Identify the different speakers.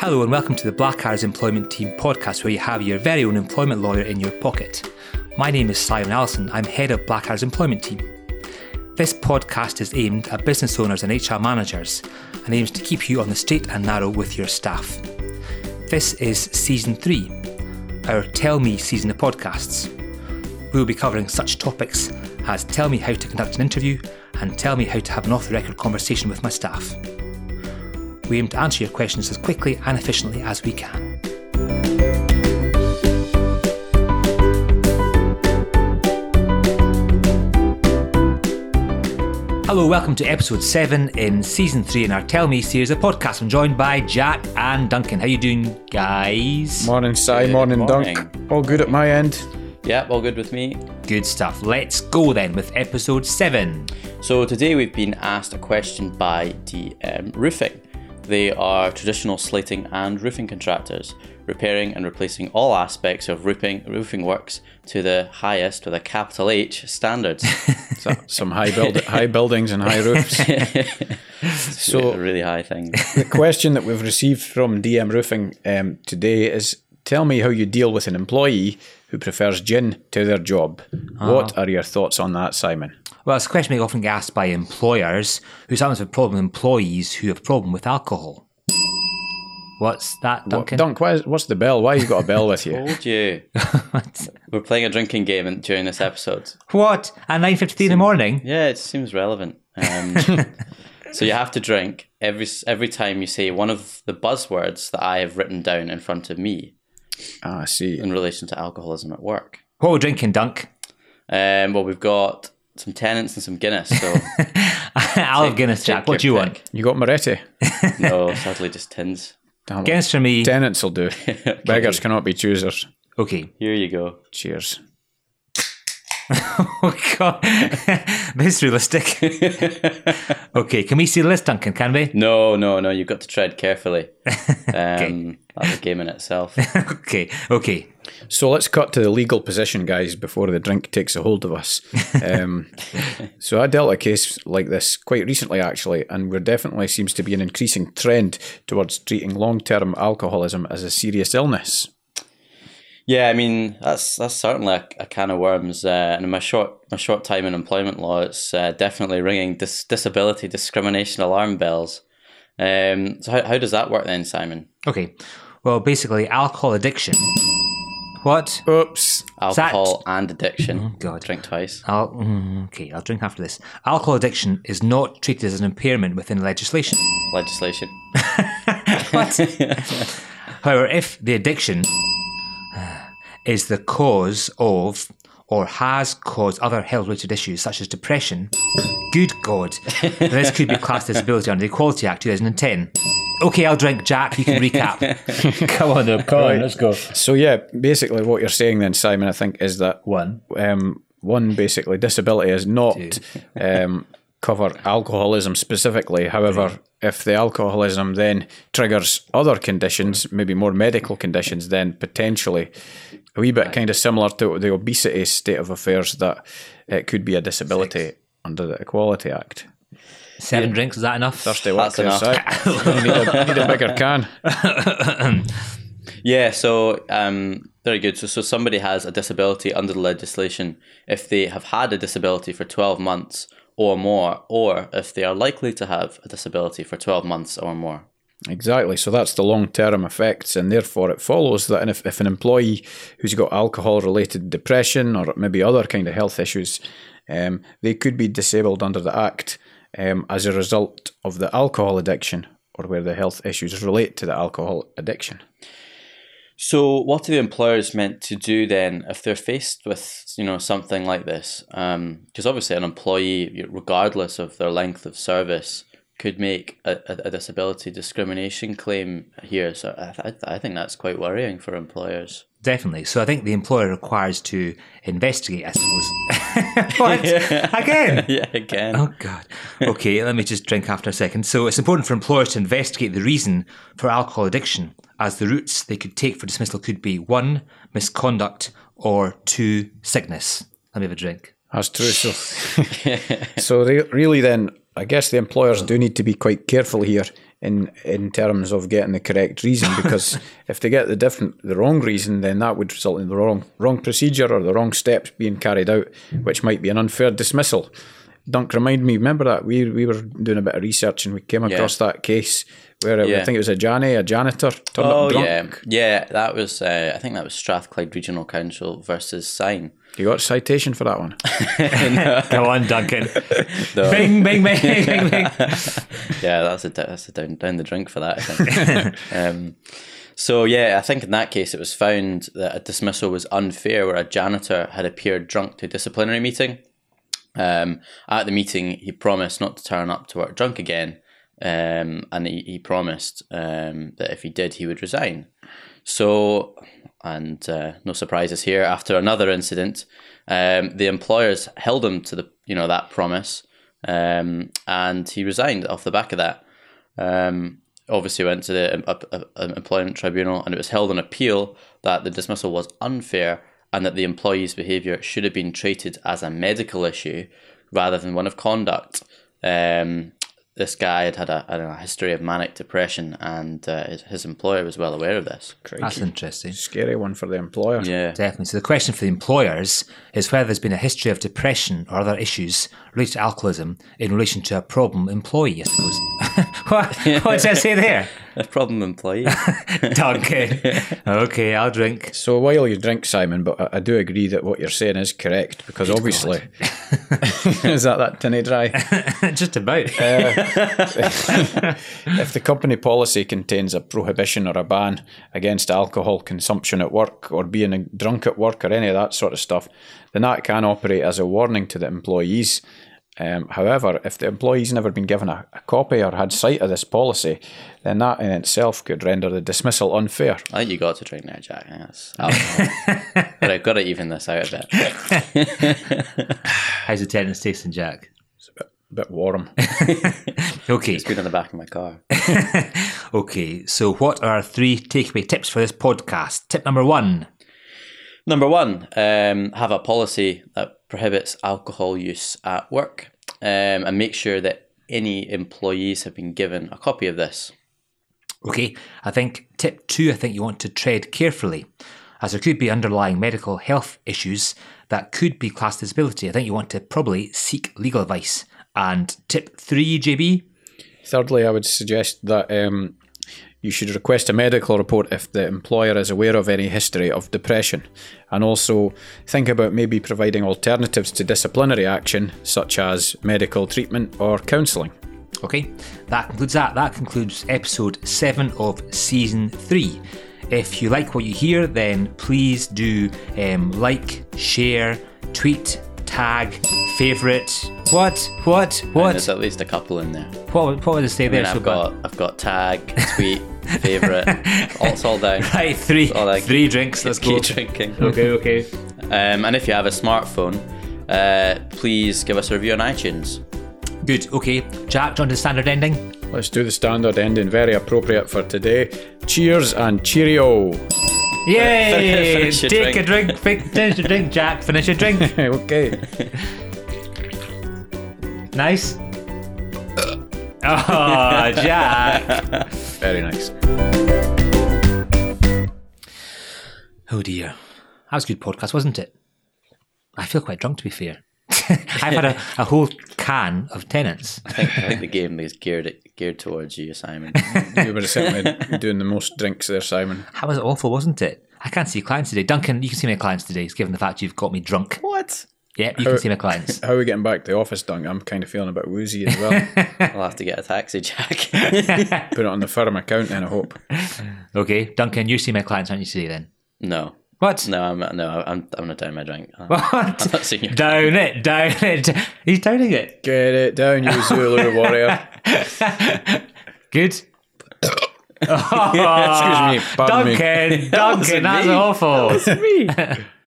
Speaker 1: Hello, and welcome to the Black Arrows Employment Team podcast, where you have your very own employment lawyer in your pocket. My name is Simon Allison, I'm head of Black Arrows Employment Team. This podcast is aimed at business owners and HR managers and aims to keep you on the straight and narrow with your staff. This is season three, our Tell Me season of podcasts. We will be covering such topics as tell me how to conduct an interview and tell me how to have an off the record conversation with my staff. We aim to answer your questions as quickly and efficiently as we can. Hello, welcome to episode seven in season three in our Tell Me series of podcasts. I'm joined by Jack and Duncan. How you doing, guys?
Speaker 2: Morning, Si.
Speaker 3: Good
Speaker 2: Morning,
Speaker 3: morning.
Speaker 2: Dunk. All good at my end.
Speaker 3: Yeah, all good with me.
Speaker 1: Good stuff. Let's go then with episode seven.
Speaker 3: So today we've been asked a question by DM Roofing. They are traditional slating and roofing contractors, repairing and replacing all aspects of roofing roofing works to the highest with a capital H standards.
Speaker 2: So, some high build high buildings and high roofs. so
Speaker 3: so really high thing.
Speaker 2: the question that we've received from DM Roofing um, today is: Tell me how you deal with an employee who prefers gin to their job.
Speaker 3: Ah.
Speaker 2: What are your thoughts on that, Simon?
Speaker 1: Well, it's a question we often get asked by employers who sometimes have a problem with employees who have a problem with alcohol. What's that, Duncan?
Speaker 2: Dunk, why is, what's the bell? Why you got a bell with you?
Speaker 3: Told you. We're playing a drinking game in, during this episode.
Speaker 1: what? At 9.53 in the morning?
Speaker 3: Yeah, it seems relevant. Um, so you have to drink every s- every time you say one of the buzzwords that I have written down in front of me
Speaker 2: Ah, I see.
Speaker 3: in relation to alcoholism at work.
Speaker 1: What are we drinking, Dunk?
Speaker 3: Um, well, we've got some tenants and some Guinness. So
Speaker 1: I'll have Guinness,
Speaker 3: take
Speaker 1: Jack. What do you
Speaker 3: your
Speaker 1: want?
Speaker 3: pick.
Speaker 2: You got Moretti.
Speaker 3: no, sadly, just tins.
Speaker 2: Damn,
Speaker 1: Guinness for me.
Speaker 2: Tenants will do. Beggars cannot be choosers.
Speaker 1: Okay.
Speaker 3: Here you go.
Speaker 2: Cheers.
Speaker 1: Oh, God. this is realistic. okay, can we see the list, Duncan? Can we?
Speaker 3: No, no, no. You've got to tread carefully. Um, That's a game in itself.
Speaker 1: okay, okay.
Speaker 2: So let's cut to the legal position, guys, before the drink takes a hold of us. Um, so I dealt a case like this quite recently, actually, and there definitely seems to be an increasing trend towards treating long-term alcoholism as a serious illness.
Speaker 3: Yeah, I mean that's that's certainly a, a can of worms. Uh, and in my short my short time in employment law, it's uh, definitely ringing dis- disability discrimination alarm bells. Um, so how, how does that work then, Simon?
Speaker 1: Okay. Well, basically, alcohol addiction. What?
Speaker 2: Oops.
Speaker 3: Alcohol and addiction.
Speaker 1: Oh, God.
Speaker 3: Drink twice.
Speaker 1: Al- mm, okay, I'll drink after this. Alcohol addiction is not treated as an impairment within legislation.
Speaker 3: Legislation.
Speaker 1: However, if the addiction uh, is the cause of or has caused other health related issues such as depression, good God, then this could be classed as disability under the Equality Act 2010. Okay, I'll drink, Jack. You can recap. Come on, now, come on, let's go.
Speaker 2: So yeah, basically what you're saying then, Simon, I think, is that
Speaker 1: One.
Speaker 2: um, one basically disability is not um, cover alcoholism specifically. However, if the alcoholism then triggers other conditions, maybe more medical conditions, then potentially a wee bit kind of similar to the obesity state of affairs that it could be a disability under the Equality Act.
Speaker 1: Seven drinks, is that enough?
Speaker 2: Stay work
Speaker 3: That's
Speaker 2: there,
Speaker 3: enough.
Speaker 2: Si. you need a, need a bigger can.
Speaker 3: Yeah, so um, very good. So, so somebody has a disability under the legislation if they have had a disability for 12 months or more, or if they are likely to have a disability for 12 months or more.
Speaker 2: Exactly. So that's the long term effects. And therefore, it follows that if, if an employee who's got alcohol related depression or maybe other kind of health issues, um, they could be disabled under the Act um, as a result of the alcohol addiction or where the health issues relate to the alcohol addiction.
Speaker 3: So, what are the employers meant to do then if they're faced with you know something like this? Because obviously, an employee, regardless of their length of service, could make a, a, a disability discrimination claim here. So, I, th- I think that's quite worrying for employers.
Speaker 1: Definitely. So I think the employer requires to investigate, I suppose. what? Again?
Speaker 3: Yeah, again.
Speaker 1: Oh, God. Okay, let me just drink after a second. So it's important for employers to investigate the reason for alcohol addiction, as the routes they could take for dismissal could be one, misconduct, or two, sickness. Let me have a drink.
Speaker 2: That's true. So, so re- really, then, I guess the employers do need to be quite careful here in in terms of getting the correct reason because if they get the different the wrong reason then that would result in the wrong wrong procedure or the wrong steps being carried out which might be an unfair dismissal Dunk remind me remember that we we were doing a bit of research and we came across that case where it- I
Speaker 3: Yeah.
Speaker 2: think it was a Johnny a janitor turned
Speaker 3: Oh
Speaker 2: up drunk
Speaker 3: yeah, yeah. That was uh, I think that was Strathclyde Regional Council versus Sign.
Speaker 2: you got a citation for that one
Speaker 1: Go on, Duncan. Bing, bing, bing, bing, bing.
Speaker 3: Yeah, that's a that's a down down the drink for that. I think. um, so yeah, I think in that case it was found that a dismissal was unfair where a janitor had appeared drunk to a disciplinary meeting. Um, at the meeting, he promised not to turn up to work drunk again, um, and he, he promised um, that if he did, he would resign. So, and uh, no surprises here. After another incident, um, the employers held him to the you know that promise, um, and he resigned off the back of that. Um, obviously, went to the um, up- up- um, employment tribunal, and it was held on appeal that the dismissal was unfair and that the employee's behaviour should have been treated as a medical issue rather than one of conduct. Um, this guy had had a, had a history of manic depression, and uh, his, his employer was well aware of this.
Speaker 1: That's interesting.
Speaker 2: scary one for the employer
Speaker 3: Yeah.
Speaker 1: Definitely. So the question for the employers is whether there's been a history of depression or other issues related to alcoholism in relation to a problem employee, I suppose. what, what did I say there?
Speaker 3: A problem employee.
Speaker 1: Duncan. Okay, I'll drink.
Speaker 2: So while you drink, Simon, but I, I do agree that what you're saying is correct because obviously, is that that tinny dry?
Speaker 1: Just about.
Speaker 2: if the company policy contains a prohibition or a ban against alcohol consumption at work or being drunk at work or any of that sort of stuff, then that can operate as a warning to the employees. Um, however, if the employee's never been given a, a copy or had sight of this policy, then that in itself could render the dismissal unfair.
Speaker 3: I think you got to drink now, Jack. Yes. Alcohol. Oh, but I've got to even this out a bit.
Speaker 1: How's the tennis tasting, Jack?
Speaker 2: bit warm.
Speaker 1: Okay.
Speaker 3: It's been in the back of my car.
Speaker 1: Okay. So, what are three takeaway tips for this podcast? Tip number one.
Speaker 3: Number one, um, have a policy that prohibits alcohol use at work um, and make sure that any employees have been given a copy of this.
Speaker 1: Okay. I think tip two, I think you want to tread carefully as there could be underlying medical health issues that could be classed as disability. I think you want to probably seek legal advice. And tip three, JB.
Speaker 2: Thirdly, I would suggest that um, you should request a medical report if the employer is aware of any history of depression. And also think about maybe providing alternatives to disciplinary action, such as medical treatment or counselling.
Speaker 1: Okay, that concludes that. That concludes episode 7 of season 3. If you like what you hear, then please do um, like, share, tweet, tag, favourite. What? What?
Speaker 3: And
Speaker 1: What?
Speaker 3: there's at least a couple in there.
Speaker 1: What, what would I say there?
Speaker 3: And I've
Speaker 1: Shubha?
Speaker 3: got I've got tag, tweet, favorite. all, it's all down.
Speaker 1: Right, three,
Speaker 3: all like-
Speaker 1: three drinks. Let's go.
Speaker 3: Keep drinking.
Speaker 1: Okay, okay.
Speaker 3: Um, and if you have a smartphone, uh, please give us a review on iTunes.
Speaker 1: Good. Okay, Jack, do you want the standard ending?
Speaker 2: Let's do the standard ending, very appropriate for today. Cheers and cheerio.
Speaker 1: Yay!
Speaker 3: Finish your
Speaker 1: Take a
Speaker 3: drink.
Speaker 1: drink. Finish your drink, Jack. Finish your drink.
Speaker 2: okay.
Speaker 1: nice. Oh, Jack.
Speaker 2: Very nice.
Speaker 1: Oh dear. That was a good podcast, wasn't it? I feel quite drunk, to be fair. I've had a, a whole can of tenants.
Speaker 3: I think, I think the game is geared geared towards you, Simon.
Speaker 2: You were certainly doing the most drinks there, Simon.
Speaker 1: That was awful, wasn't it? I can't see clients today. Duncan, you can see my clients today, given the fact you've got me drunk.
Speaker 3: what?
Speaker 1: Yep, you can see my clients.
Speaker 2: How are we getting back to the office, Dunk? I'm kind of feeling a bit woozy as well.
Speaker 3: I'll have to get a taxi, Jack.
Speaker 2: Put it on the firm account then, I hope.
Speaker 1: Okay, Duncan, you see my clients, aren't you, today then?
Speaker 3: no.
Speaker 1: What?
Speaker 3: No, I'm no, I'm I'm not down my drink. I'm
Speaker 1: What?
Speaker 3: not seeing you.
Speaker 1: down it, down it. He's downing it.
Speaker 2: Get it down, you Zulu warrior.
Speaker 1: Good.
Speaker 2: Excuse me, pardon me.
Speaker 1: Duncan, Duncan, that's awful.